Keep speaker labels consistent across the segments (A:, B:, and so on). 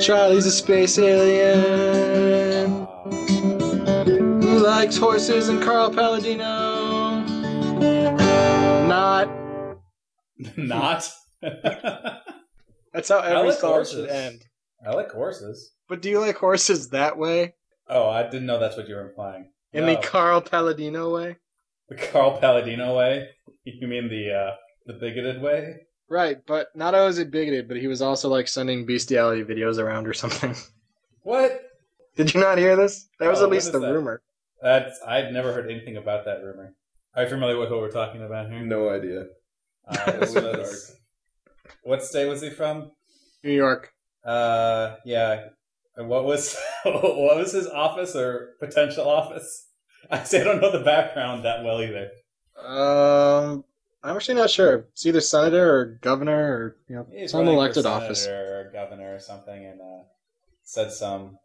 A: Charlie's a space alien who likes horses and Carl Palladino. Not.
B: Not. I
A: That's how every
B: like
A: song
B: horses.
A: should end.
B: like horses.
A: But do you like horses that way?
B: Oh, I didn't know that's what you were implying.
A: In
B: No.
A: the Carl Palladino way?
B: The Carl Palladino way? You mean the uh, the bigoted way?
A: Right, but not only was he bigoted, but he was also like sending bestiality videos around or something.
B: What?
A: Did you not hear this? That was
B: No,
A: at
B: Oh, what
A: least
B: is
A: the
B: that?
A: rumor.
B: That's I've never heard anything about that rumor. Are you familiar with what we're talking about here?
C: No idea.
B: Uh, it was- what state was he from?
A: New York.
B: Uh, yeah. And What was what was his office or potential office? I say I don't know the background that well either.
A: Um, I'm actually not sure. It's either senator or governor or you know
B: He's
A: some
B: running for
A: elected
B: senator
A: office.
B: or governor or something, and uh, said some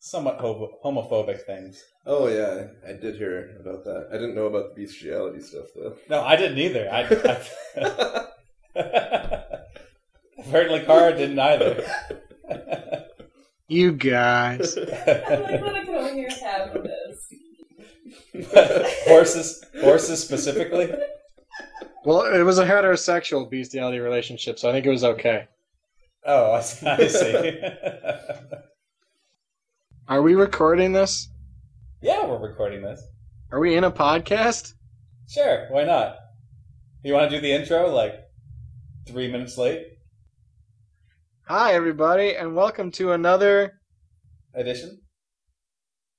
B: somewhat hobo- homophobic things.
C: Oh yeah, I did hear about that. I didn't know about the bestiality stuff though.
B: No, I didn't either. I, I apparently Cara didn't either.
A: You guys,
D: I like that I could only hear half of this.
B: horses, horses specifically.
A: well, it was a heterosexual bestiality relationship, so I think it was okay.
B: Oh, I see. I see.
A: Are we recording this?
B: yeah, we're recording this.
A: Are we in a podcast?
B: Sure, why not? You want to do the intro like three minutes late
A: Hi, everybody, and welcome to another.
B: edition?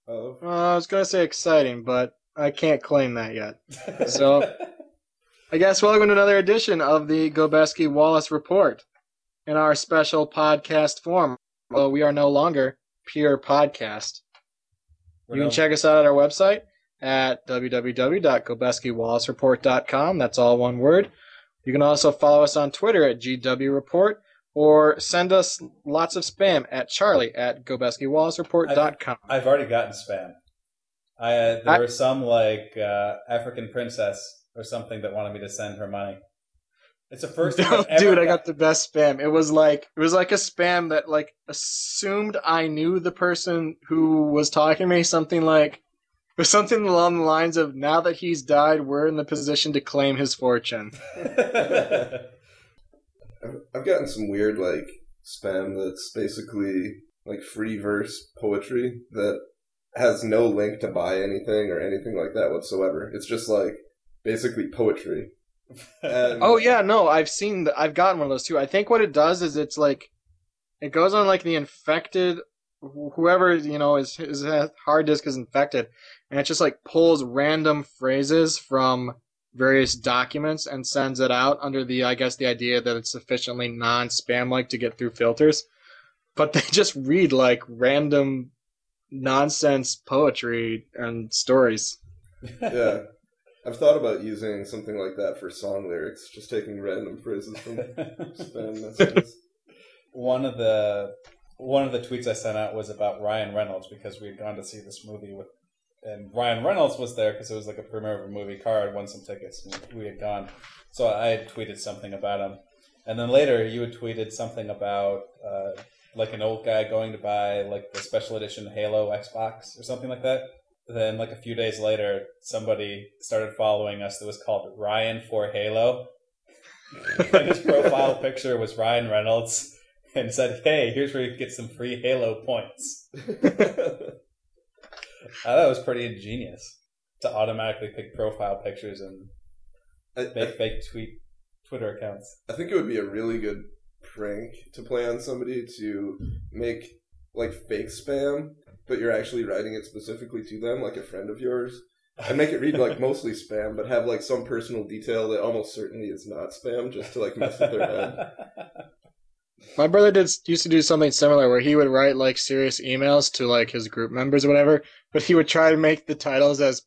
C: Oh,
A: Uh, I was going to say exciting, but I can't claim that yet. So- I guess welcome to another edition of the Gobeski Wallace Report in our special podcast form. Well, we are no longer pure podcast.
B: We're
A: you
B: no-
A: can check us out at our website at www.gobeskiwallacereport.com. That's all one word. You can also follow us on Twitter at GW Report or send us lots of spam at charlie at gobeskiwallacereport.com.
B: I've already gotten spam. I uh, there
A: I-
B: were some like uh, African princess or something that wanted me to send her money. It's the first time I've ever
A: Dude, I got the best spam. It was like it was like a spam that like assumed I knew the person who was talking to me. Something like it was something along the lines of, "Now that he's died, we're in the position to claim his fortune."
C: I've- I've gotten some weird like spam that's basically like free verse poetry that has no link to buy anything or anything like that whatsoever. It's just like basically poetry. And-
A: Oh yeah, no, I've seen the, I've gotten one of those too. I think what it does is it's like it goes on like the infected wh- whoever you know is his hard disk is infected and it just like pulls random phrases from various documents and sends it out under the I guess the idea that it's sufficiently non-spam like to get through filters. But they just read like random nonsense poetry and stories.
C: yeah. I've thought about using something like that for song lyrics, just taking random phrases from spam messages.
B: one of the one of the tweets I sent out was about Ryan Reynolds because we had gone to see this movie with, and Ryan Reynolds was there because it was like a premiere of a movie. Car had won some tickets, and we had gone. So I had tweeted something about him, and then later you had tweeted something about uh, like an old guy going to buy like the special edition Halo Xbox or something like that. Then, like a few days later, somebody started following us that was called Ryan for Halo. and his profile picture was Ryan Reynolds and said, "Hey, here's where you can get some free Halo points." I thought it was pretty ingenious to automatically pick profile pictures and
C: I,
B: make
C: I,
B: fake tweet Twitter accounts.
C: I think it would be a really good prank to play on somebody to make like fake spam, but you're actually writing it specifically to them, like a friend of yours. And make it read like mostly spam, but have like some personal detail that almost certainly is not spam, just to like mess with their head.
A: My brother did used to do something similar where he would write like serious emails to like his group members or whatever, but he would try to make the titles as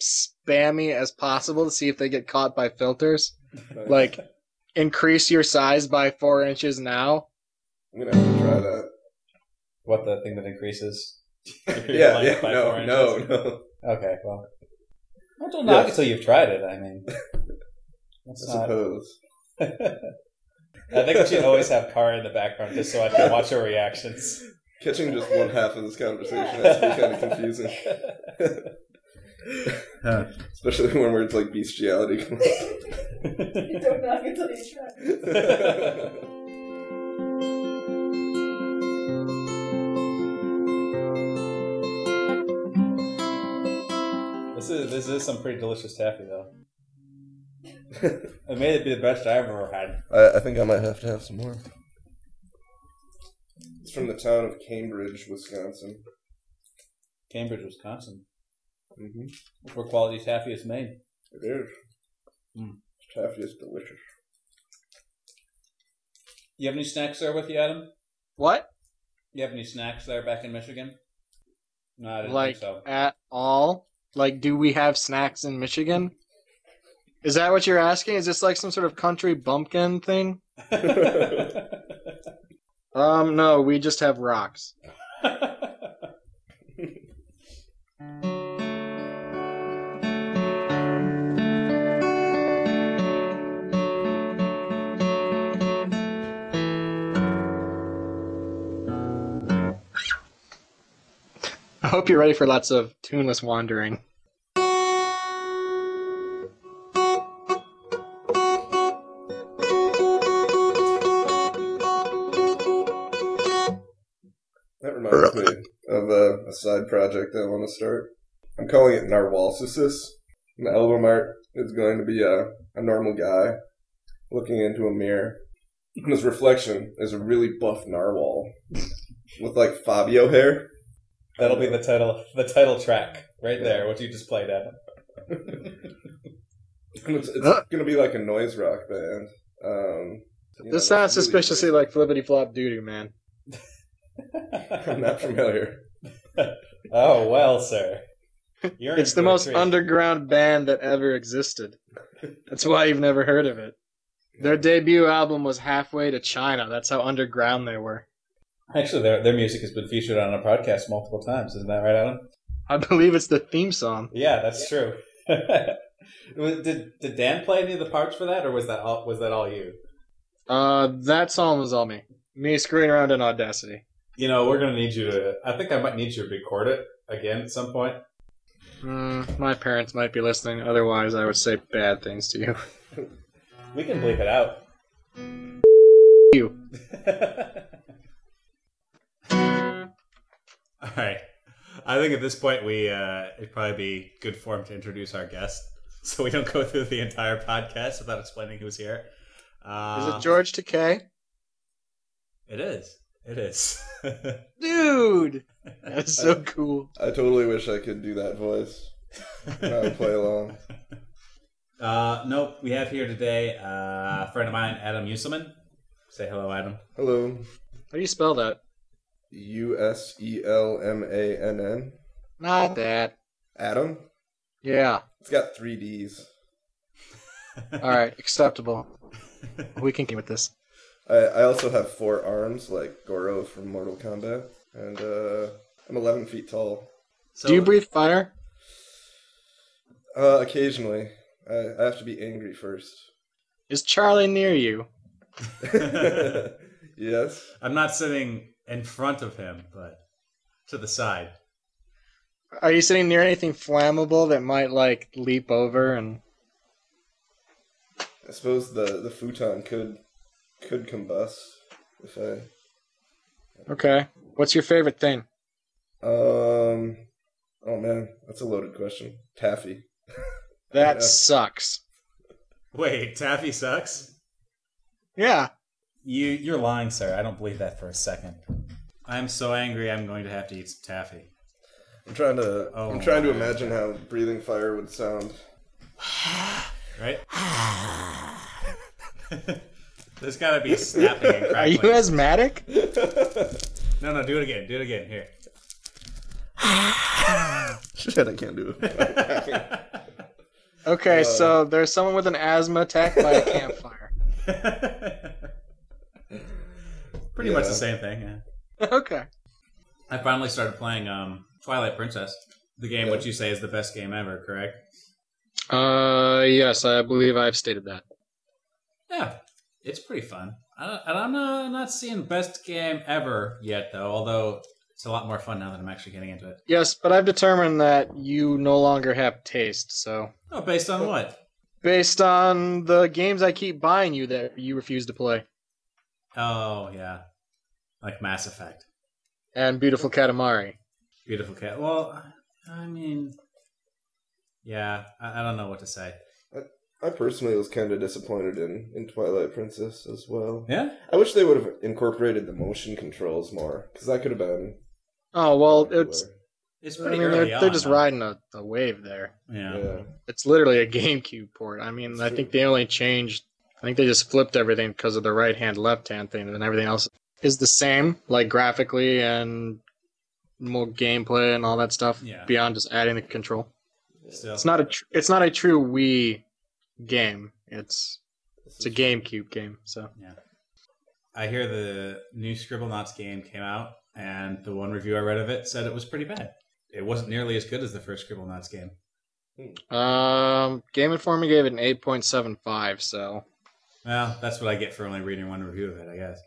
A: spammy as possible to see if they get caught by filters. Like increase your size by four inches now.
C: I'm gonna have to try that.
B: what the thing that increases?
C: Yeah,
B: Like by
C: yeah,
B: four
C: no, no,
B: inches?
C: no.
B: Okay, well, I don't knock
C: Yes.
B: until you've tried it. I mean,
C: I
B: that's not.
C: suppose.
B: I think we should always have Kara in the background just so I can watch her reactions.
C: Catching just one half of this conversation has to be kind of confusing, especially when words like bestiality come
D: Don't knock until you try.
C: up.
B: This is this is some pretty delicious taffy though. it may be the best I've ever had.
C: I, I think I might have to have some more. It's from the town of Cambridge, Wisconsin.
B: Cambridge, Wisconsin.
C: Mm-hmm.
B: Where quality taffy is made.
C: It is.
B: Mm.
C: Taffy is delicious.
B: You have any snacks there with you, Adam?
A: What?
B: You have any snacks there back in Michigan? No, I didn't
A: Like
B: think so.
A: at all? Like, do we have snacks in Michigan? Is that what you're asking? Is this like some sort of country bumpkin thing? Um, no, we just have rocks. I hope you're ready for lots of tuneless wandering.
C: That reminds me of a, a side project I want to start. I'm calling it Narwhalsis. And the album art is going to be a, a normal guy looking into a mirror. And his reflection is a really buff narwhal with like Fabio hair.
B: That'll be the title the title track right there, what you just played Adam.
C: And it's it's
A: Huh.
C: going to be like a noise rock band. Um, you know,
A: this sounds
C: it's really
A: suspiciously like flippity flop doo doo, man.
C: I'm not familiar.
B: oh well, sir. You're
A: It's
B: in
A: the
B: for a
A: most
B: treat.
A: underground band that ever existed. That's why you've never heard of it. Their debut album was halfway to China. That's how underground they were.
B: Actually, their their music has been featured on a podcast multiple times. Isn't that right, Adam?
A: I believe it's the theme song.
B: Yeah, that's true. Was- did did Dan play any of the parts for that, or was that all was that all you?
A: Uh, that song was all me. Me screwing around in Audacity.
B: You know, we're gonna need you to. I think I might need you to record it again at some point.
A: Mm, my parents might be listening. Otherwise, I would say bad things to you.
B: We can bleep it out.
A: You.
B: all right. I think at this point we uh, it'd probably be good form to introduce our guest, so we don't go through the entire podcast without explaining who's here.
A: Is
B: Uh,
A: it George Takei?
B: It is. It is.
A: Dude, that's so cool.
C: I totally wish I could do that voice. I would play along.
B: Uh, nope. We have here today uh, a friend of mine, Adam Uselman. Say hello, Adam.
C: Hello.
A: How do you spell that?
C: U S E L M A N N.
A: Not that.
C: Adam.
A: Yeah.
C: It's got three D's.
A: All right. Acceptable. We can get with this.
C: I, I also have four arms like Goro from Mortal Kombat, and uh, I'm 11 feet tall.
B: So,
A: do you breathe fire?
C: Uh, occasionally, I, I have to be angry first.
A: Is Charlie near you?
C: yes.
B: I'm not sitting in front of him, but to the side.
A: Are you sitting near anything flammable that might like leap over and
C: I suppose the, the futon could could combust if I
A: Okay. What's your favorite thing?
C: Um. Oh man, that's a loaded question. Taffy.
A: That
C: Yeah.
A: sucks.
B: Wait, Taffy sucks.
A: Yeah.
B: You you're lying, sir. I don't believe that for a second. I'm so angry. I'm going to have to eat some taffy.
C: I'm trying to.
B: Oh,
C: I'm trying to
B: man.
C: imagine how breathing fire would sound.
B: Right? There's got to be snapping and
A: Are you
B: crackling.
A: asthmatic?
B: No, no. Do it again. Do it again. Here.
C: Shit, I can't do it.
A: Okay, so there's someone with an asthma attack by a campfire.
B: Pretty much the same thing. Yeah.
A: Okay.
B: I finally started playing um, Twilight Princess, the game which you say is the best game ever, correct?
A: Uh yes, I believe I've stated that.
B: Yeah, it's pretty fun. I don't- and I'm not, not seeing best game ever yet, though. Although it's a lot more fun now that I'm actually getting into it.
A: Yes, but I've determined that you no longer have taste. So,
B: Oh, based on what?
A: based on the games I keep buying you that you refuse to play,
B: Oh, yeah, like Mass Effect,
A: and Beautiful Katamari.
B: beautiful cat. Well, I mean, yeah, I, I don't know what to say.
C: I personally was kind of disappointed in, in Twilight Princess as well.
B: Yeah,
C: I wish they would have incorporated the motion controls more because that could have been.
A: Oh well, it's.
B: it's
A: I
B: pretty
A: mean,
B: early
A: they're,
B: on.
A: they're just
B: though.
A: riding a, a wave there.
B: Yeah.
C: Yeah.
A: It's literally a GameCube port. I mean, I think they only changed. I think they just flipped everything because of the right hand, left hand thing, and everything else is the same, like graphically and more gameplay and all that stuff.
B: Yeah.
A: Beyond just adding the control,
B: Still.
A: it's not a. Tr- it's not a true Wii game. It's it's a GameCube game. So
B: I hear the new Scribblenauts game came out, and the one review I read of it said it was pretty bad. It wasn't nearly as good as the first Scribblenauts game.
A: Um, Game Informer gave it an eight point seven five. So
B: Well, that's what I get for only reading one review of it, I guess.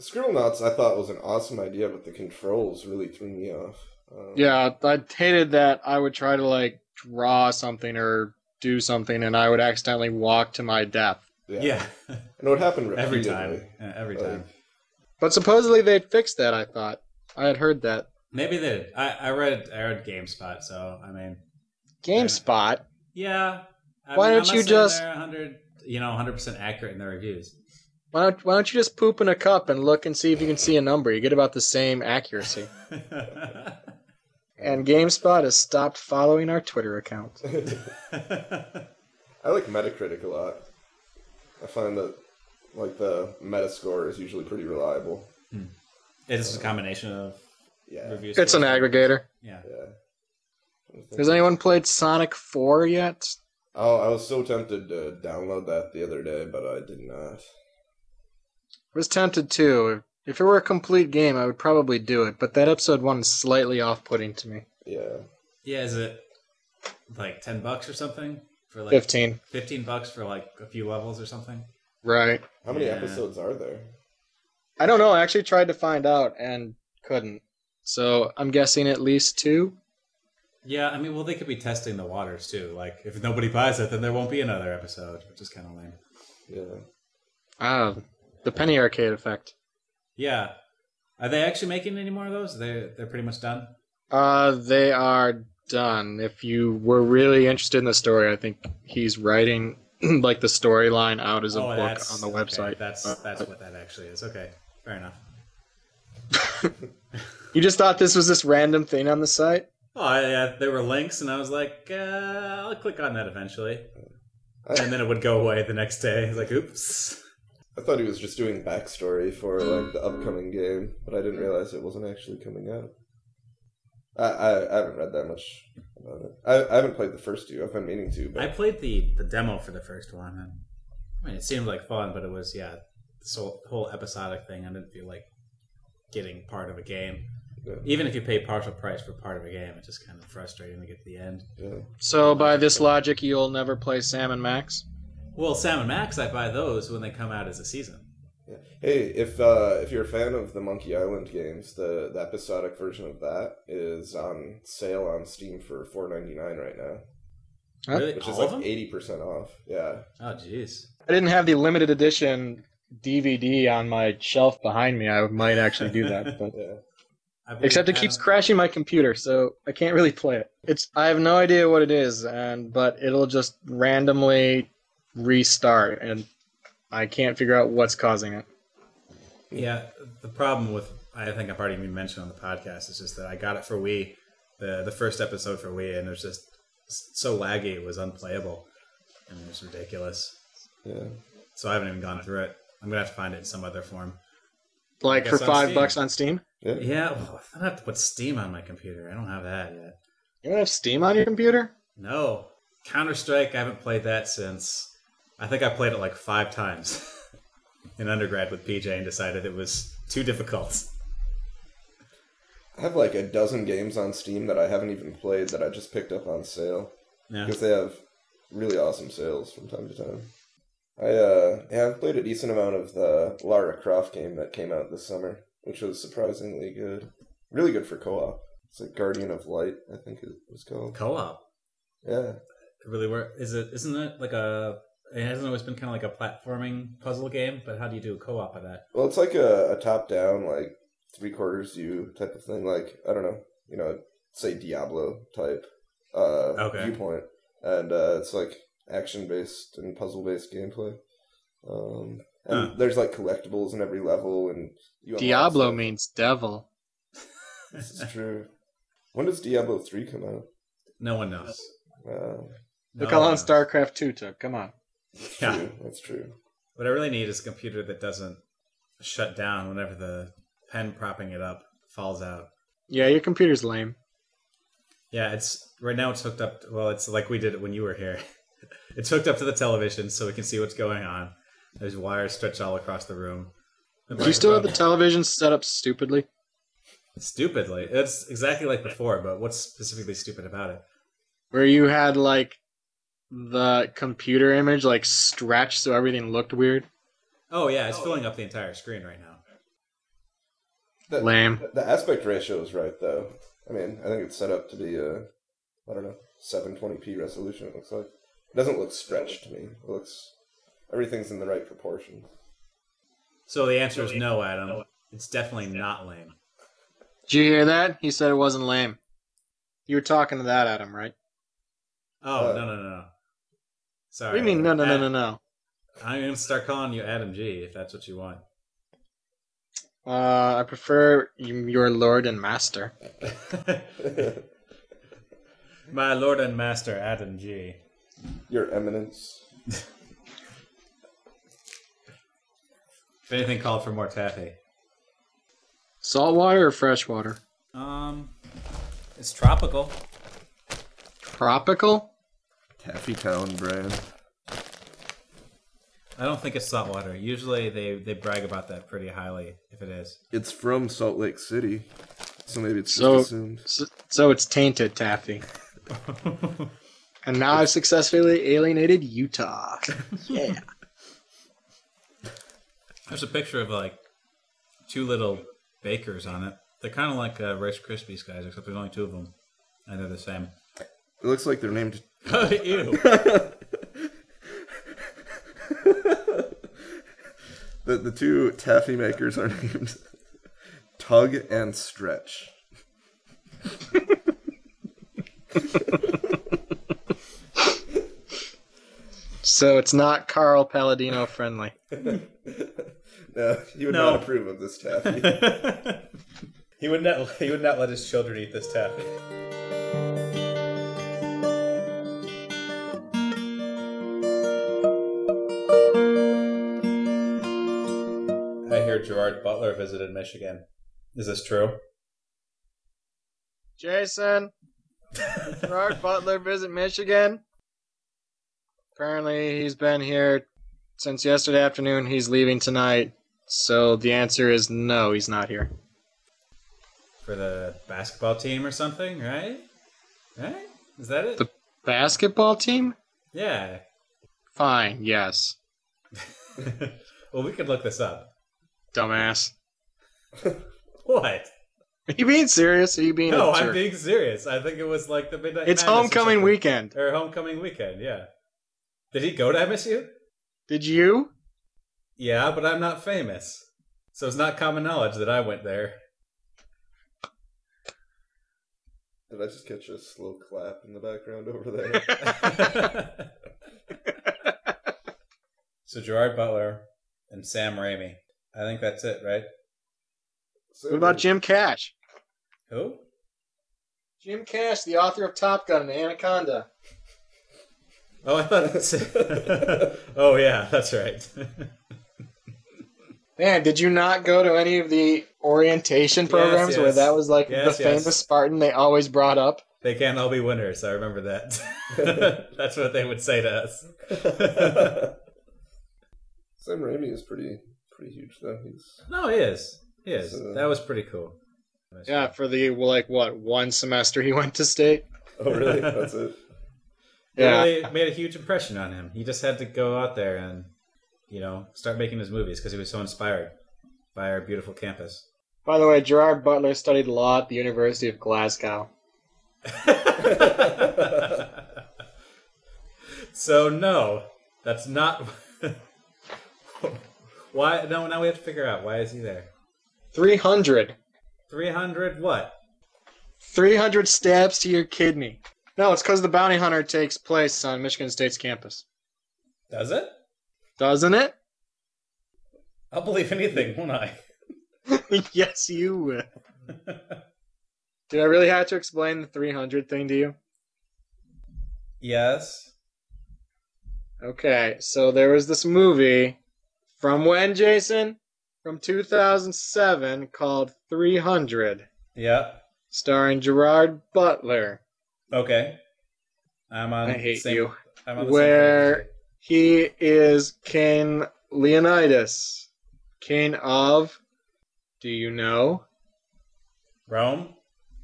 C: Scribblenauts I thought was an awesome idea, but the controls really threw me off. Um,
A: yeah, I hated that I would try to like draw something or do something, and I would accidentally walk to my death.
C: yeah,
B: Yeah,
C: And it would happen
B: every
C: repeatedly.
B: time. Yeah, every time.
C: Like,
A: But supposedly they'd fixed that. I thought I had heard that
B: Maybe they did. I, I read I read GameSpot, so I mean,
A: GameSpot.
B: yeah. I
A: Why
B: mean, I'm
A: don't
B: not
A: you
B: saying
A: just-
B: they're 100, you know, 100 percent accurate in their reviews?
A: Why don't Why don't you just poop in a cup and look and see if you can see a number? You get about the same accuracy. and GameSpot has stopped following our Twitter account.
C: I like Metacritic a lot. I find that like the Metascore is usually pretty reliable.
B: it's just a combination of
C: Yeah.
B: reviews.
A: It's an aggregator.
B: Yeah.
C: Yeah.
A: Has anyone played Sonic Four yet?
C: Oh, I was so tempted to download that the other day, but I did not.
A: was tempted too. If it were a complete game, I would probably do it, but that episode one is slightly off putting to me.
C: Yeah.
B: Yeah. Is it like ten bucks or something for like
A: 15.
B: 15 bucks for like a few levels or something.
A: Right.
C: How many
B: Yeah.
C: episodes are there?
A: I don't know. I actually tried to find out and couldn't. So I'm guessing at least two.
B: Yeah, I mean, well, they could be testing the waters too. Like, if nobody buys it, then there won't be another episode, which is kind of lame.
C: Yeah.
A: Ah, the penny arcade effect.
B: Yeah, are they actually making any more of those? They they're pretty much done.
A: Uh, they are done. If you were really interested in the story, I think he's writing like the storyline out as a book on the
B: okay,
A: website.
B: Oh, that's
A: Uh,
B: that's what that actually is. Okay, fair enough.
A: You just thought this was this random thing on the site?
B: Oh yeah, there were links, and I was like, uh, I'll click on that eventually, and then it would go away the next day. I was like, oops.
C: I thought he was just doing backstory for like the upcoming game, but I didn't realize it wasn't actually coming out. I, I, I haven't read that much about it. I, I haven't played the first two. I've been meaning to, but
B: I played the the demo for the first one, and I mean, it seemed like fun, but it was yeah, this whole, whole episodic thing. I didn't feel like getting part of a game,
C: Yeah.
B: even if you pay partial price for part of a game. It's just kind of frustrating to get to the end.
C: yeah.
A: So by this logic, you'll never play Sam and Max.
B: Well, Sam and Max, I buy those when they come out as a season.
C: Hey, if uh, if you're a fan of the Monkey Island games, the, the episodic version of that is on sale on Steam for four ninety nine right now,
A: Huh?
B: Really,
C: which
B: all
C: is
B: of
C: like
B: them?
C: eighty percent off. Yeah,
B: Oh, jeez.
A: I didn't have the limited edition DVD on my shelf behind me. I might actually do that, but
C: yeah.
B: I believe-
A: except it
B: I
A: keeps
B: don't-
A: crashing my computer, so I can't really play it. It's I have no idea what it is, and but it'll just randomly restart, and I can't figure out what's causing it.
B: Yeah, the problem with I think I've already even mentioned on the podcast is just that I got it for Wii, the the first episode for Wii, and it was just so laggy it was unplayable, and it was ridiculous.
C: yeah.
B: So I haven't even gone through it. I'm gonna have to find it in some other form.
A: Like
B: guess
A: for
B: on
A: five
B: Steam.
A: bucks on Steam.
B: Yeah, well, I have to put Steam on my computer. I don't have that yet.
A: You don't have Steam on your computer?
B: No, Counter Strike. I haven't played that since. I think I played it like five times in undergrad with PJ and decided it was too difficult.
C: I have like a dozen games on Steam that I haven't even played that I just picked up on sale
B: Yeah.
C: because they have really awesome sales from time to time. I uh, have played a decent amount of the Lara Croft game that came out this summer, which was surprisingly good. Really good for co-op. It's like Guardian of Light, I think it was called.
B: Co-op.
C: Yeah,
B: It really work. Is it? Isn't it like a? It hasn't always been kind of like a platforming puzzle game, but how do you do a co-op of that?
C: Well, it's like a, a top down, like three quarters view type of thing. Like I don't know, you know, say Diablo type uh,
B: Okay.
C: viewpoint, and uh, it's like action based and puzzle based gameplay. Um, and
B: Huh.
C: there's like collectibles in every level, and you unlock
A: Diablo
C: stuff.
A: means devil.
C: This is true. When does Diablo three come out? Uh,
B: no one knows.
C: Wow,
A: Look
B: No
A: how
B: one
A: long
B: knows.
A: StarCraft two took. Come on.
C: that's
B: Yeah.
C: true. That's true.
B: What I really need is a computer that doesn't shut down whenever the pen propping it up falls out.
A: Yeah, your computer's lame.
B: Yeah, it's right now it's hooked up. well, it's like we did it when you were here. it's hooked up to the television so we can see what's going on. There's wires stretched all across the room. The
A: Do you still have the
B: microphone-
A: television set up stupidly?
B: Stupidly, it's exactly like before. But what's specifically stupid about it?
A: Where you had like the computer image like stretched so everything looked weird?
B: Oh yeah, it's filling up the entire screen right now.
C: The,
A: Lame.
C: the aspect ratio is right though. I mean, I think it's set up to be uh, I don't know, 720p resolution. It looks like it doesn't look stretched to me. It looks everything's in the right proportions.
B: So the answer is no, Adam. It's definitely not lame.
A: Did you hear that? He said it wasn't lame. You were talking to that Adam, right?
B: Oh
C: Uh,
B: no no no. no. Sorry.
A: What do you mean? No, no, no, no, no.
B: I'm gonna start calling you Adam G if that's what you want.
A: Uh, I prefer y- your lord and master.
B: My lord and master Adam G.
C: Your eminence.
B: If anything called for more taffy.
A: Salt water or fresh water?
B: Um, it's tropical.
A: Tropical?
C: Taffy Town brand.
B: I don't think it's saltwater. Usually they they brag about that pretty highly if it is.
C: It's from Salt Lake City, so maybe it's
A: So-
C: just assumed.
A: So, so it's tainted taffy. And now I've successfully alienated Utah. Yeah.
B: There's a picture of like two little bakers on it. They're kind of like uh, Rice Krispies guys, except there's only two of them, and they're the same.
C: It looks like they're named.
B: Ew.
C: The the two taffy makers are named Tug and Stretch.
A: So it's not Carl Palladino friendly.
C: No, you would
B: No.
C: not approve of this taffy.
B: he would not. He would not let his children eat this taffy. I hear Gerard Butler visited Michigan. Is this true?
A: Jason, Gerard Butler visit Michigan. Apparently, he's been here since yesterday afternoon. He's leaving tonight. So the answer is no, he's not here.
B: For the basketball team or something, right? Right? Is that it?
A: The- Basketball team?
B: yeah.
A: Fine, yes.
B: well, we could look this up.
A: Dumbass.
B: What?
A: Are you being serious? Are you being
B: No,
A: a
B: I'm
A: jerk?
B: being serious. I think it was like the midnight.
A: It's
B: Madness or
A: homecoming
B: something.
A: weekend.
B: or homecoming weekend. Yeah. Did he go to MSU?
A: Did you?
B: Yeah, but I'm not famous, so it's not common knowledge that I went there.
C: Did I just catch a slow clap in the background over there?
B: so Gerard Butler and Sam Raimi. I think that's it, right?
C: So-
A: What about Jim Cash?
B: Who?
A: Jim Cash, the author of Top Gun and Anaconda.
B: Oh, I thought that's it. oh yeah, that's right.
A: Man, did you not go to any of the orientation programs where
B: yes.
A: that was like
B: Yes,
A: the
B: yes.
A: famous Spartan they always brought up?
B: they can't all be winners. I remember that. that's what they would say to us.
C: Sam Raimi is pretty pretty huge though. He's
B: no, he is. He is.
C: So-
B: that was pretty cool.
A: Yeah, for the like what one semester he went to state.
C: oh really? That's it.
B: It really made a huge impression on him. He just had to go out there and You know, start making his movies because he was so inspired by our beautiful campus.
A: By the way, Gerard Butler studied law at the University of Glasgow.
B: so no, that's not why. No, now we have to figure out why is he there.
A: 300.
B: Three hundred what?
A: 300 stabs to your kidney. No, it's because the bounty hunter takes place on Michigan State's campus.
B: Does it?
A: Doesn't it?
B: I'll believe anything, won't I?
A: yes, you will. Did I really have to explain the 300 thing to you?
B: yes.
A: Okay, so there was this movie from when, Jason? From 2007 called 300,
B: Yeah.
A: starring Gerard Butler.
B: Okay. I'm on.
A: I hate
B: Uh, same,
A: you.
B: I'm on the
A: Where-
B: Same page
A: He is King Leonidas, King of. Do you know?
B: as you. Rome?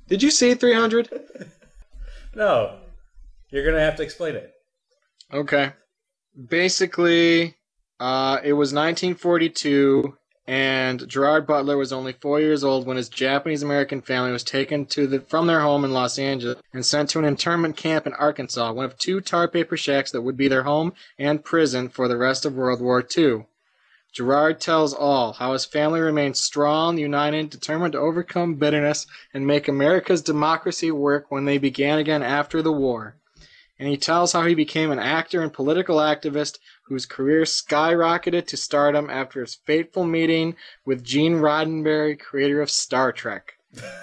A: Did you see 300?
B: No. You're gonna have to explain it.
A: Okay. Basically, uh, it was 1942, and Gerard Butler was only four years old when his Japanese American family was taken to the from their home in Los Angeles and sent to an internment camp in Arkansas, one of two tar paper shacks that would be their home and prison for the rest of World War II. Gerard tells all how his family remained strong, united, determined to overcome bitterness and make America's democracy work when they began again after the war and he tells how he became an actor and political activist whose career skyrocketed to stardom after his fateful meeting with Gene Roddenberry, creator of Star Trek.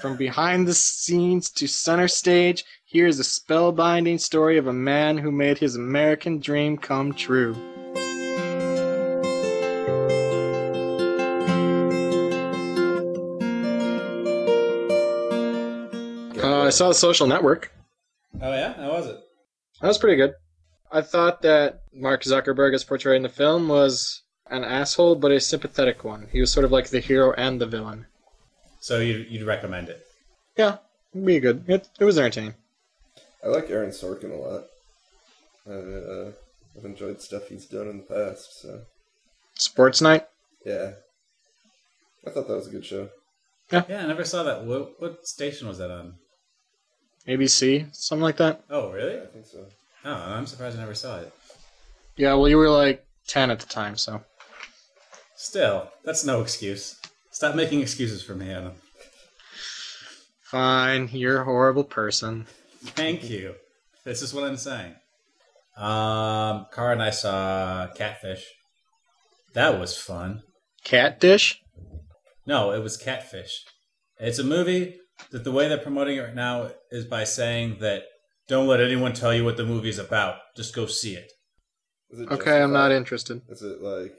A: From behind the scenes to center stage, here is a spellbinding story of a man who made his American dream come true. Uh, I saw the social network.
B: Oh yeah, how was it?
A: That was pretty good. I thought that Mark Zuckerberg, as portrayed in the film, was an asshole, but a sympathetic one. He was sort of like the hero and the villain.
B: So you, you'd recommend it?
A: Yeah, it'd be good. It, it was entertaining.
C: I like Aaron Sorkin a lot. I, uh, I've enjoyed stuff he's done in the past, so
A: Sports night.
C: yeah. I thought that was a good show.
B: Yeah, I never saw that. What, what station was that on?
A: ABC, something like that.
B: Oh really?
C: Yeah, I think so.
B: Oh, I'm surprised I never saw it.
A: Yeah, well, you were like 10 at the time, so.
B: Still, that's no excuse. Stop making excuses for me, Adam.
A: Fine, you're a horrible person.
B: Thank you. This is what I'm saying. Um, Cara and I saw Catfish. That was fun.
A: Cat dish?
B: No, it was Catfish. It's a movie that the way they're promoting it right now is by saying that don't let anyone tell you what the movie's about. Just go see it.
C: Is it
A: Okay, I'm not
C: Justified?
A: interested.
C: Is it like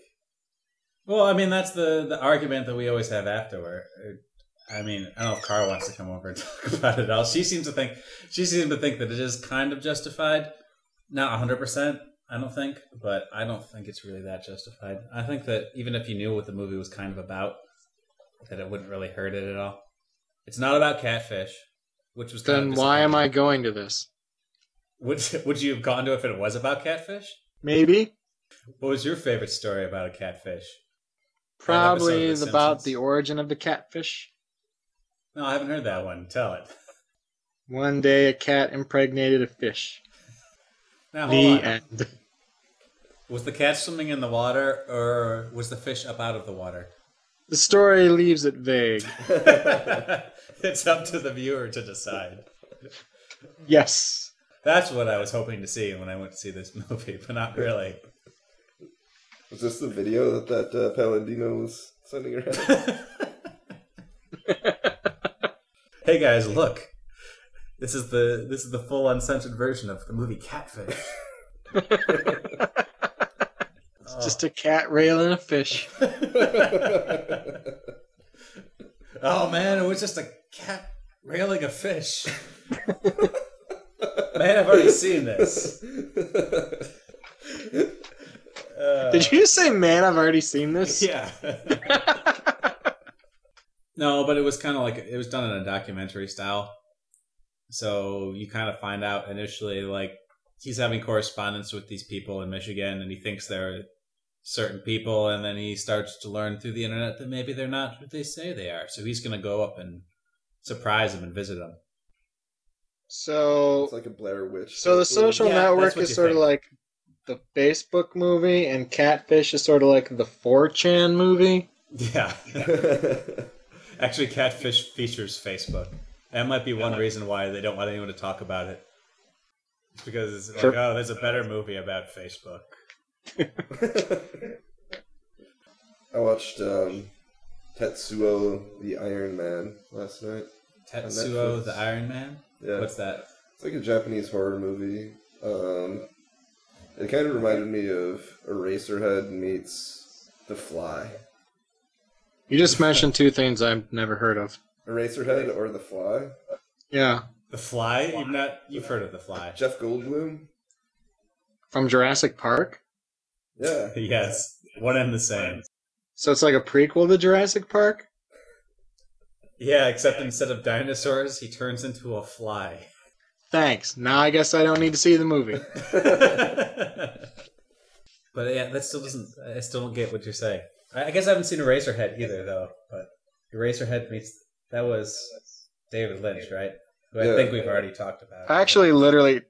B: Well, I mean that's the the argument that we always have afterward. I mean, I don't know if Cara wants to come over and talk about it all. She seems to think she seems to think that it is kind of justified. Not hundred percent, I don't think, but I don't think it's really that justified. I think that even if you knew what the movie was kind of about, that it wouldn't really hurt it at all. It's not about catfish, which was kind of
A: Then why am I
B: disappointing.
A: going to this?
B: Would would you have gone to if it was about catfish?
A: Maybe?
B: What was your favorite story about a catfish?
A: Probably
B: episode of
A: is
B: The
A: about
B: Simpsons.
A: the origin of the catfish.
B: No, I haven't heard that one. Tell it.
A: One day a cat impregnated a fish.
B: Now, hold
A: The
B: on.
A: end.
B: Was the cat swimming in the water, or was the fish up out of the water?
A: The story leaves it vague.
B: it's up to the viewer to decide.
A: Yes.
B: That's what I was hoping to see when I went to see this movie, but not really.
C: was this the video that that uh, Paladino was sending around?
B: hey guys, look. This is the this is the full uncensored version of the movie Catfish.
A: It's just a cat railing a fish.
B: Oh man, it was just a cat railing a fish. man, I've already seen this. Uh,
A: Did you just say, man, I've already seen this?
B: yeah. no, but it was kind of like it was done in a documentary style. So you kind of find out initially like he's having correspondence with these people in Michigan and he thinks they're certain people, and then he starts to learn through the internet that maybe they're not who they say they are. So he's going to go up and surprise them and visit them.
A: So
C: It's like a Blair Witch.
A: So the
C: type movie.
A: social
B: Yeah,
A: network
B: that's what
A: is
B: you
A: sort of
B: think.
A: like the Facebook movie, and Catfish is sort of like the 4chan movie.
B: Yeah. Actually, Catfish features Facebook. That might be one reason why they don't want anyone to talk about it. It's because it's like,
A: Sure.
B: oh, there's a better movie about Facebook.
C: I watched um, Tetsuo the Iron Man last night.
B: Tetsuo
C: Netflix.
B: the Iron Man?
C: Yeah,
B: What's that?
C: it's like a Japanese horror movie. Um, it kind of reminded me of Eraserhead meets The Fly.
A: You just mentioned two things I've never heard of.
C: Eraserhead or The Fly?
A: Yeah,
B: The Fly? You've not you've heard of The Fly.
C: Jeff Goldblum.
A: from Jurassic Park.
C: Yeah,
B: Yes. One and the same.
A: So it's like a prequel to Jurassic Park.
B: Yeah, except instead of dinosaurs, he turns into a fly.
A: Thanks. Now I guess I don't need to see the movie.
B: but yeah, that still doesn't. I still don't get what you're saying. I, I guess I haven't seen Eraserhead either, though. But Eraserhead meets that was David Lynch, right? Who I
C: Yeah.
B: think we've already talked about.
A: I actually literally.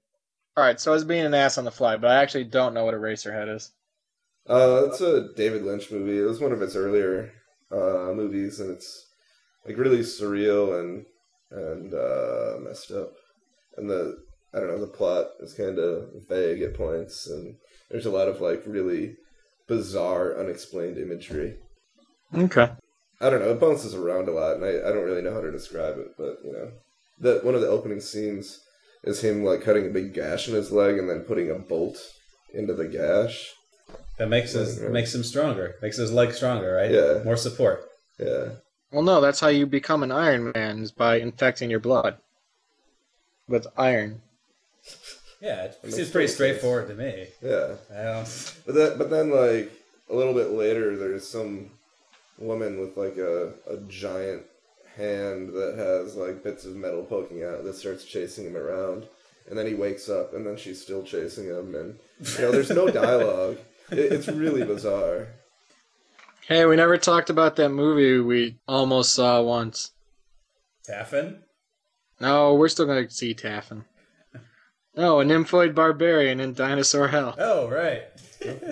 A: All right, so I was being an ass on the fly, but I actually don't know what Eraserhead is.
C: uh, it's a David Lynch movie. It was one of his earlier uh, movies, and it's like really surreal and and uh, messed up. And the I don't know the plot is kind of vague at points, and there's a lot of like really bizarre, unexplained imagery.
A: Okay.
C: I don't know. It bounces around a lot, and I, I don't really know how to describe it. But you know, that one of the opening scenes is him like cutting a big gash in his leg and then putting a bolt into the gash.
B: that makes us makes him stronger, makes his leg stronger, right?
C: Yeah.
B: more support.
C: Yeah,
A: Well, no, that's how you become an Iron Man is by infecting your blood with iron.
B: Yeah, it
C: makes
B: seems pretty
C: sense.
B: straightforward to me.
C: yeah.
B: I don't.
C: But that but then like a little bit later, there's some woman with like a a giant hand that has like bits of metal poking out that starts chasing him around, and then he wakes up, and then she's still chasing him, and you know, there's no dialogue. It, it's really bizarre.
A: Hey, we never talked about that movie we almost saw once.
B: Taffin.
A: No, we're still going to see Taffin. No, a nymphoid barbarian in dinosaur hell.
B: Oh right.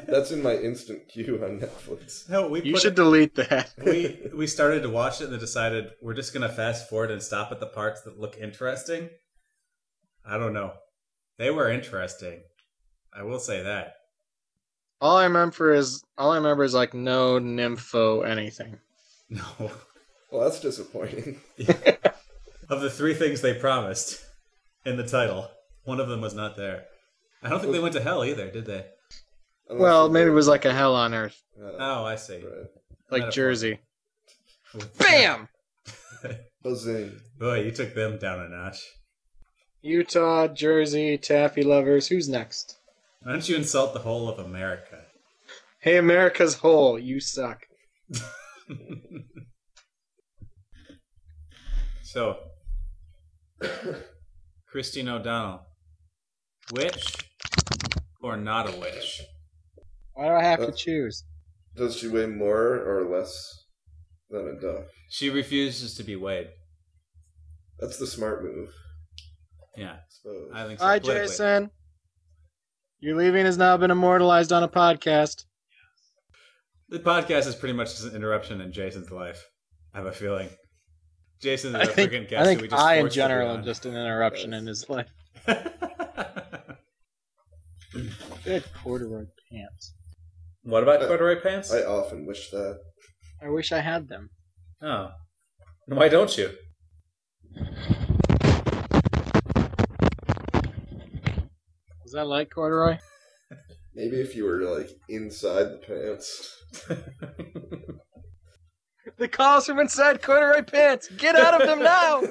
C: That's in my instant queue on Netflix.
B: No, we
A: You
B: put
A: should delete that.
B: we we started to watch it and then decided we're just gonna fast forward and stop at the parts that look interesting. I don't know. They were interesting. I will say that.
A: All I remember is all I remember is like no nympho anything.
B: No.
C: Well, that's disappointing.
B: of the three things they promised in the title, one of them was not there. I don't think they went to hell either, did they?
C: Unless
A: Well,
C: you-
A: maybe it was like a hell on earth,
C: Uh,
B: Oh, I see.
C: right.
A: like
B: Metaphor.
A: Jersey. Bam!
C: Buzzing.
B: Boy, you took them down a notch.
A: Utah, Jersey, taffy lovers. Who's next?
B: Why don't you insult the whole of America?
A: Hey, America's whole. You suck.
B: So, Christine O'Donnell, witch or not a witch?
A: Why do I have to
C: That's-
A: choose?
C: Does she weigh more or less than a duck?
B: She refuses to be weighed.
C: That's the smart move.
B: Yeah,
C: I suppose.
B: I think so.
A: Hi,
B: politically.
A: Jason. Your leaving has now been immortalized on a podcast.
B: The podcast is pretty much just an interruption in Jason's life. I have a feeling. Jason's a
A: I think,
B: freaking guest
A: I,
B: who we
A: think
B: just
A: I in
B: forced to be
A: general
B: on.
A: am just an interruption in his life. Good corduroy pants.
B: what about
C: Uh,
B: corduroy pants?
C: I often wish that.
A: I wish I had them.
B: oh, why don't you?
A: Is that like corduroy?
C: Maybe if you were like inside the pants.
A: The calls from inside corduroy pants. Get out of them now.
C: I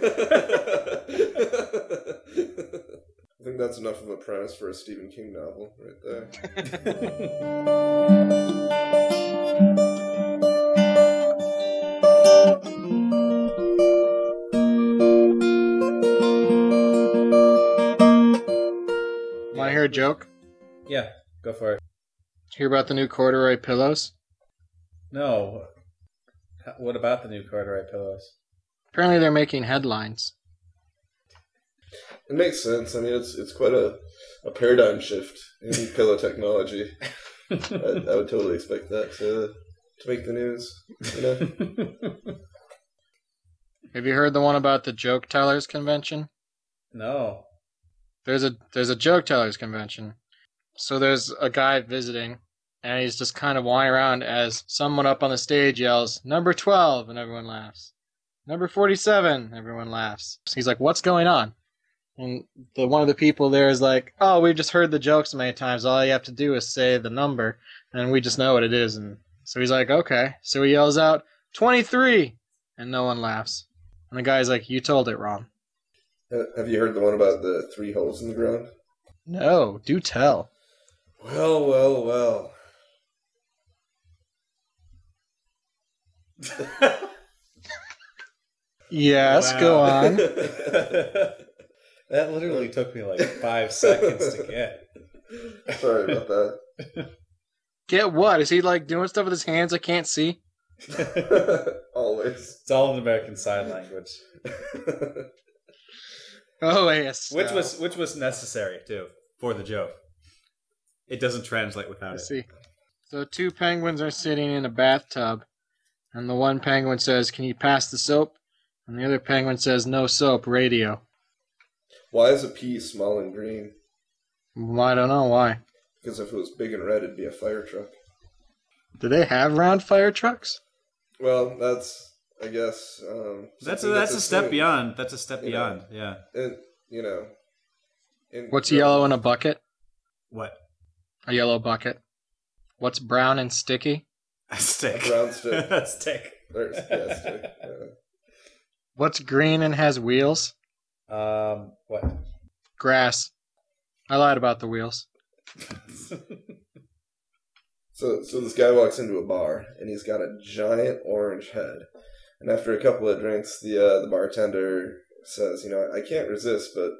C: think that's enough of a premise for a Stephen King novel right there.
A: Want to hear a joke?
B: Yeah, go for it.
A: Hear about the new corduroy pillows?
E: No. H- What about the new corduroy pillows?
A: Apparently, they're making headlines.
C: It makes sense. I mean, it's it's quite a, a paradigm shift in pillow technology. I, I would totally expect that to to make the news. You know?
A: Have you heard the one about the joke tellers convention?
E: no.
A: There's a there's a joke tellers convention. So there's a guy visiting, and he's just kind of wandering around as someone up on the stage yells number twelve, and everyone laughs. Number forty-seven, everyone laughs. He's like, "What's going on?" And the one of the people there is like, "Oh, we've just heard the jokes many times. All you have to do is say the number, and we just know what it is." And so he's like, "Okay." So he yells out twenty-three, and no one laughs. And the guy's like, "You told it wrong."
C: Ha- Have you heard the one about the three holes in the ground?
A: No, do tell.
C: Well, well, well.
A: Yes,
E: Wow.
A: go on.
E: that literally took me like five seconds to get.
C: Sorry about that.
A: Get what? Is he like doing stuff with his hands I can't see?
C: Always.
E: It's all in American Sign Language,
A: Oh, yes.
E: which was which was necessary too for the joke. It doesn't translate without
A: Let's
E: it.
A: see. So two penguins are sitting in a bathtub, and the one penguin says, Can you pass the soap? And the other penguin says, No soap, radio.
C: Why is a pea small and green?
A: Well, I don't know why.
C: Because if it was big and red, it'd be a fire truck.
A: Do they have round fire trucks?
C: Well, that's I guess. Um,
B: That's a,
C: something
B: that's a step
C: assumed.
B: beyond. That's a step
C: You know.
B: beyond. Yeah.
C: And, you know. in-
A: What's yellow in a bucket?
B: What?
A: A yellow bucket. What's brown and sticky?
B: A stick.
C: A brown stick.
B: a stick.
C: There's, yes, yeah.
A: What's green and has wheels?
E: Um, what?
A: Grass. I lied about the wheels.
C: So, so this guy walks into a bar and he's got a giant orange head. And after a couple of drinks, the uh, the bartender says, "You know, I can't resist, but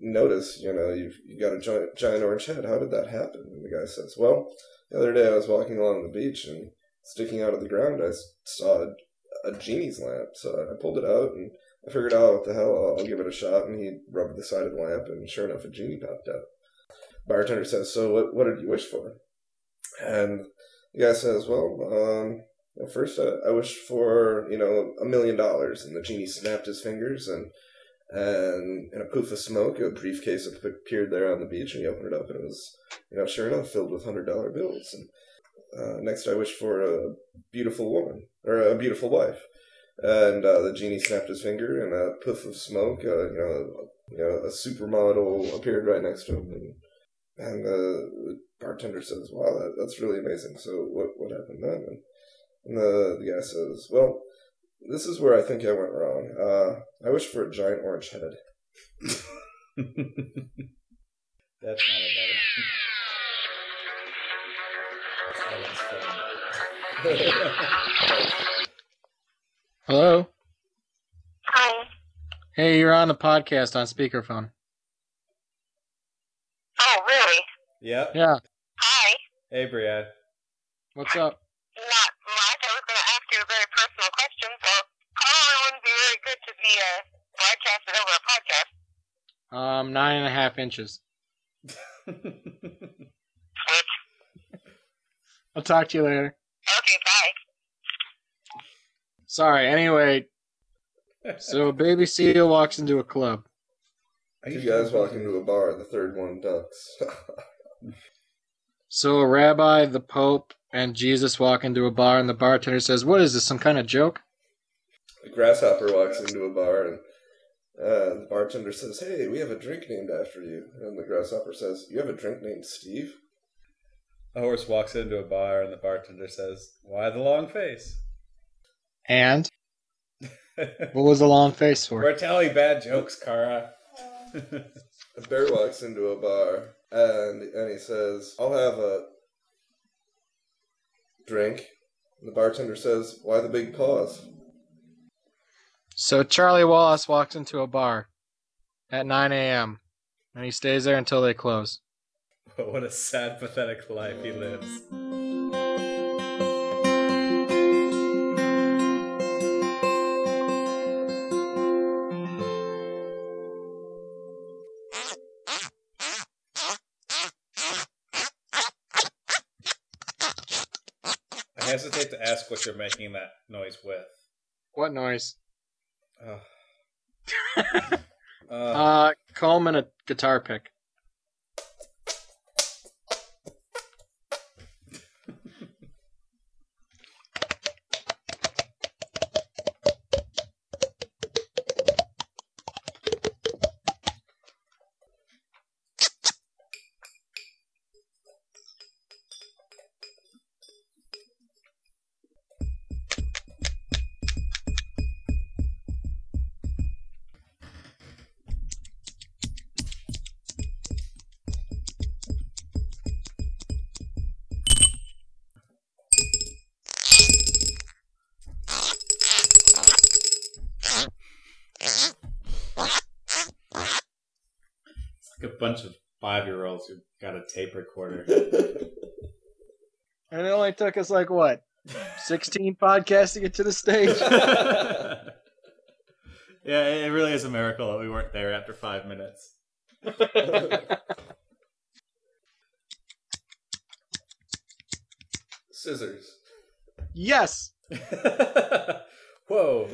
C: notice, you know, you've you got a giant giant orange head. How did that happen?" And the guy says, "Well, the other day I was walking along the beach and sticking out of the ground, I s- saw a, a genie's lamp. So I pulled it out and I figured, oh, what the hell? I'll, I'll give it a shot." And he rubbed the side of the lamp, and sure enough, a genie popped out. Bartender says, "So what? What did you wish for?" And the guy says, "Well, um, you know, first I, I wish for you know a million dollars." And the genie snapped his fingers, and and in a poof of smoke, a briefcase appeared there on the beach, and he opened it up, and it was you know sure enough filled with hundred dollar bills. And uh, next, I wish for a beautiful woman or a beautiful wife. And uh, the genie snapped his finger, and a puff of smoke, uh, you know, you know, a supermodel appeared right next to him, and and the bartender says, "Wow, that, that's really amazing. So what what happened then?" And, and the the guy says, "Well, this is where I think I went wrong. Uh, I wish for a giant orange head."
E: That's not a better.
A: Hello?
F: Hi.
A: Hey, you're on the podcast on speakerphone.
F: Oh, really?
E: yep.
A: Yeah.
F: Hi.
E: Hey, Brienne.
A: What's up?
F: Not much. I was going to ask you a very personal question, so probably wouldn't be very good to be uh, broadcasted over a podcast.
A: Um, nine and a half inches.
F: Which,
A: I'll talk to you later.
F: okay, bye.
A: Sorry. Anyway, so baby seal walks into a club.
C: Two guys walk into a bar. The third one ducks.
A: So a rabbi, the pope, and Jesus walk into a bar, and the bartender says, "What is this? Some kind of joke?"
C: a grasshopper walks into a bar, and uh, the bartender says, "Hey, we have a drink named after you." And the grasshopper says, "You have a drink named Steve."
E: A horse walks into a bar, and the bartender says, "Why the long face?"
A: And what was the long face for?
E: We're telling bad jokes, Kara.
C: A bear walks into a bar, and and he says, "I'll have a drink." And the bartender says, "Why the big paws?"
A: So Charlie Wallace walks into a bar at 9 a.m. and he stays there until they close.
B: But what a sad, pathetic life he lives. I hesitate to ask what you're making that noise with.
A: What noise?
B: Ugh. Uh,
A: Uh, comb and a guitar pick.
B: it's like a bunch of five-year-olds who got a tape recorder.
A: And it only took us like what, sixteen podcasts to get to the stage.
B: yeah, it it really is a miracle that we weren't there after five minutes.
C: Scissors.
A: yes.
B: Whoa.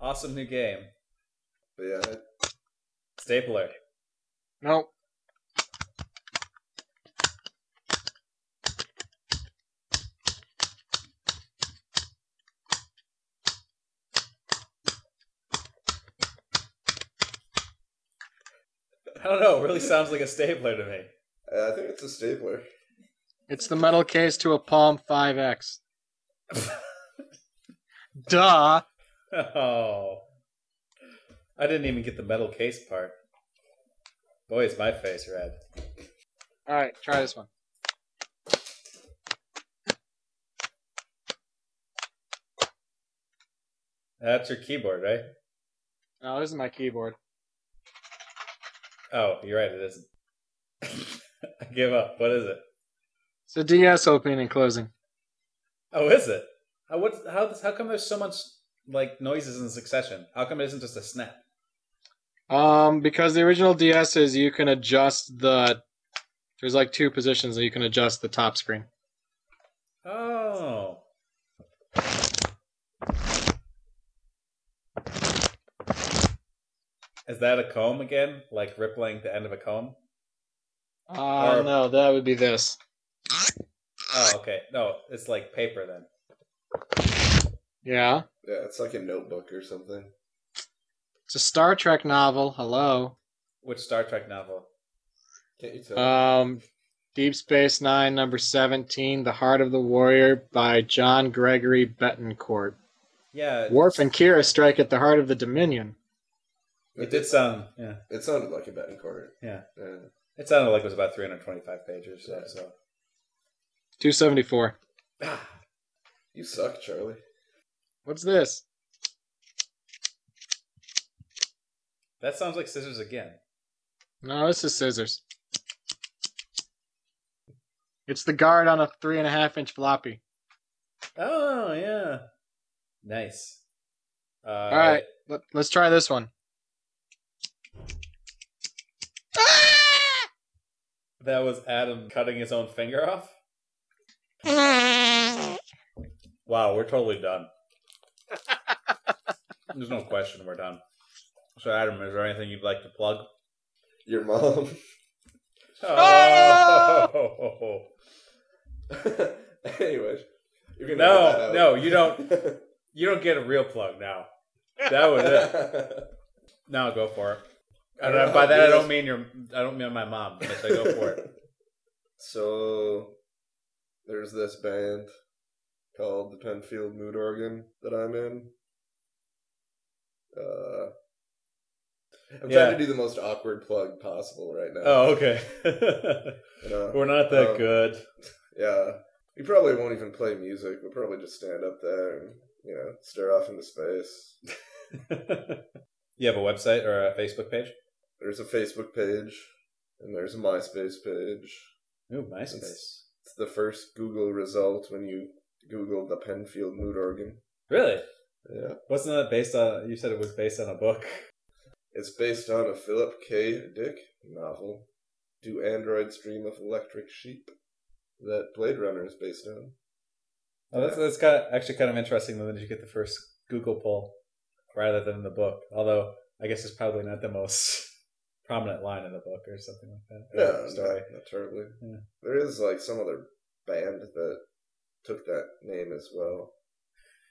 B: Awesome new game.
C: But yeah,
B: Stapler.
A: No.
B: I don't know, it really sounds like a stapler to me.
C: I think it's a stapler.
A: It's the metal case to a Palm 5X. Duh.
B: Oh. I didn't even get the metal case part. Boy, is my face red.
A: All right, try this one.
B: That's your keyboard, right?
A: Oh, this is my keyboard.
B: Oh, you're right, it isn't. I give up. What is it?
A: It's a DS opening and closing.
B: Oh, is it? How what? How how come there's so much like noises in succession? How come it isn't just a snap?
A: Um, because the original DS is you can adjust the. There's like two positions that you can adjust the top screen.
B: Oh, is that a comb again? Like rippling the end of a comb?
A: Uh,
B: Or-
A: no, that would be this.
B: Oh, okay. No, it's like paper then.
A: Yeah.
C: Yeah, it's like a notebook or something.
A: It's a Star Trek novel. Hello.
B: Which Star Trek novel?
C: Can't you
B: Uh,
C: tell?
A: Um, Deep Space Nine, number 17, The Heart of the Warrior by John Gregory Betancourt.
B: Yeah,
A: Worf and Kira strike at the heart of the Dominion.
B: it did sound. Yeah,
C: It sounded like a Betancourt.
B: Yeah.
C: yeah.
B: it sounded like it was about 325 pages. So, so.
A: 274.
B: Ah,
C: You suck, Charlie.
A: What's this?
B: that sounds like scissors again.
A: No, this is scissors. It's the guard on a three and a half inch floppy.
B: Oh yeah, nice. Uh, All
A: right. Let, let's try this one.
B: that was Adam cutting his own finger off. Wow, we're totally done. There's no question we're done. So, Adam, is there anything you'd like to plug?
C: Your mom.
B: Oh!
C: Anyways, you're gonna
B: No, no, you don't.
C: edit that
B: You don't get a real plug now. That was it.
C: out.
B: Now go for it.
C: I don't know
B: And by
C: how
B: that,
C: it
B: I don't
C: is.
B: mean your. I don't mean my mom. But I go for it.
C: So there's this band called the Penfield Mood Organ that I'm in. Uh, I'm
B: Yeah.
C: trying to do the most awkward plug possible right now.
B: Oh, okay.
C: you know?
B: we're not that
C: Oh.
B: good.
C: Yeah. We probably won't even play music. We'll probably just stand up there and, you know, stare off into space.
B: you have a website or a Facebook page?
C: There's a Facebook page, and there's a MySpace page,
G: Ooh, MySpace.
C: It's the first Google result when you Googled the Penfield mood organ.
B: Really?
C: Yeah.
B: Wasn't that based on? You said it was based on a book.
C: It's based on a Philip K. Dick novel, Do Androids Dream of Electric Sheep? that Blade Runner is based on.
B: Oh, that's that's kind of, actually kind of interesting. That you get the first Google poll rather than the book. Although I guess it's probably not the most prominent line in the book or something like that. or
C: No,
B: story.
C: Not, not terribly.
B: Yeah.
C: There is like some other band that took that name as well.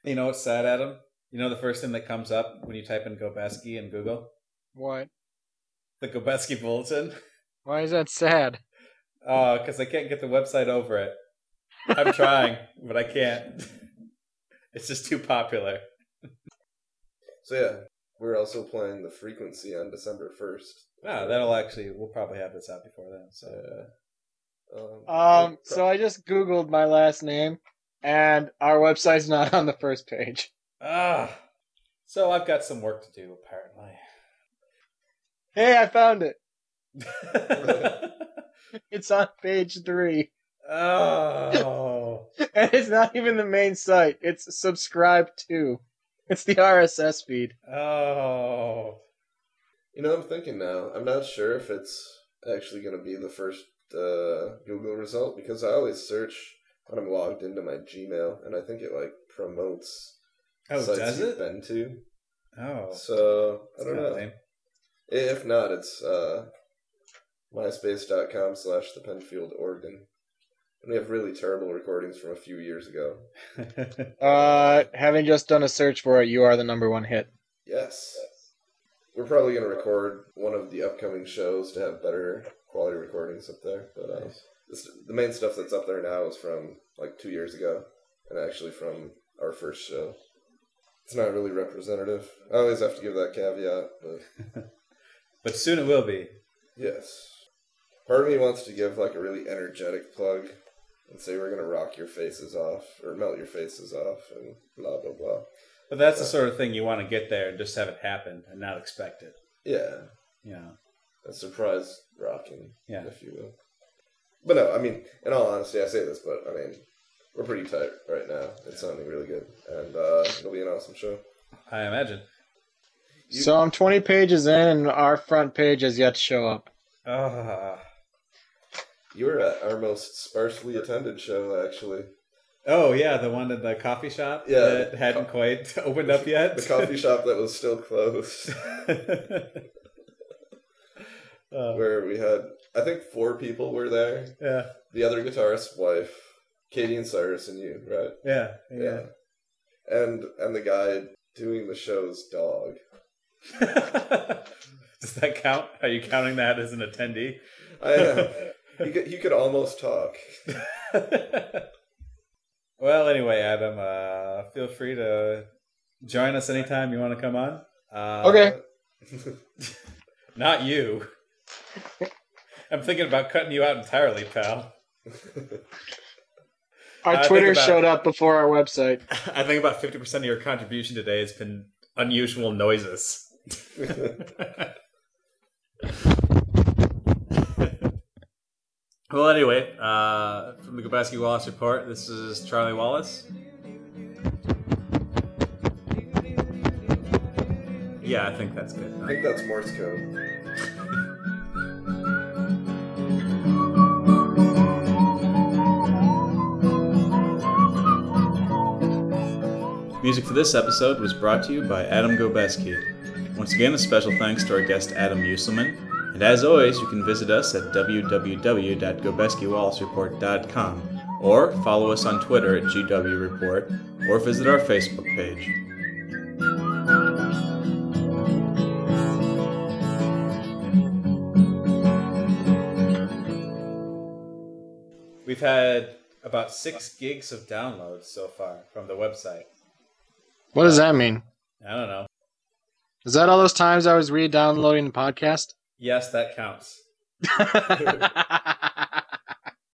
B: You know what's sad, Adam? You know the first thing that comes up when you type in Gobeski in Google?
A: What?
B: The Gobeski Bulletin.
A: Why is that sad?
B: Oh, because I can't get the website over it. I'm trying, but I can't. It's just too popular.
C: So yeah, we're also playing the frequency on December first.
B: No, Ah, that'll actually, we'll probably have this out before then. So,
C: Um,
A: Um, so I just Googled my last name, and our website's not on the first page.
B: ah, so I've got some work to do apparently.
A: Hey, I found it. It's on page three.
B: oh,
A: And it's not even the main site. It's subscribe to. It's the RSS feed.
B: oh,
C: you know, I'm thinking now. I'm not sure if it's actually going to be the first uh, Google result because I always search when I'm logged into my Gmail, and I think it like promotes
B: oh,
C: sites
B: does
C: you've
B: it?
C: been to.
B: Oh,
C: So I
B: that's
C: don't
B: kinda
C: know.
B: lame.
C: If not, it's uh, myspace.com slash the Penfield Oregon. And we have really terrible recordings from a few years ago.
A: Uh, having just done a search for it, you are the number one hit.
C: Yes. We're probably going to record one of the upcoming shows to have better quality recordings up there. But uh, this, the main stuff that's up there now is from like two years ago, and actually from our first show. It's not really representative. I always have to give that caveat, but
B: but soon it will be.
C: Yes. Part of me wants to give like a really energetic plug and say we're gonna rock your faces off or melt your faces off and blah blah blah.
B: But that's the sort of thing you want to get there and just have it happen and not expect it.
C: Yeah,
B: You know,
C: a surprise rocking,
B: yeah.
C: if you will. But no, I mean, in all honesty, I say this, but I mean, we're pretty tight right now. It's sounding really good, and uh, it'll be an awesome show.
B: I imagine.
C: You-
A: So I'm 20 pages in, and our front page has yet to show up.
B: Ah.
C: You were at our most sparsely attended show, actually.
B: Oh yeah, the one in the coffee shop
C: Yeah.
B: that hadn't quite opened up yet.
C: The coffee shop that was still closed.
B: Uh,
C: where we had I think four people were there.
B: yeah,
C: The other guitarist's wife, Katie and Cyrus and you, right?
B: yeah, yeah.
C: And and the guy doing the show's dog.
B: Does that count? Are you counting that as an attendee?
C: I am. he could he could almost talk.
B: well, anyway, Adam, uh, feel free to join us anytime you want to come on. Uh,
A: Okay.
B: Not you. I'm thinking about cutting you out entirely, pal. I
A: Our
B: think
A: Twitter
B: about-
A: showed up before our website.
B: I think about 50% of your contribution today has been unusual noises. well, anyway, uh, from the Gabaski Wallace Report, this is Charlie Wallace. Yeah, I think that's good.
C: I think that's Morse code.
G: Music for this episode was brought to you by Adam Gobeski. Once again, a special thanks to our guest Adam Musselman. And as always, you can visit us at www.gobeskiwallacereport.com or follow us on Twitter at GWReport or visit our Facebook page.
B: We've had about six gigs of downloads so far from the website.
A: What does that mean?
B: I don't know.
A: Is that all those times I was re-downloading the podcast?
B: Yes, that counts.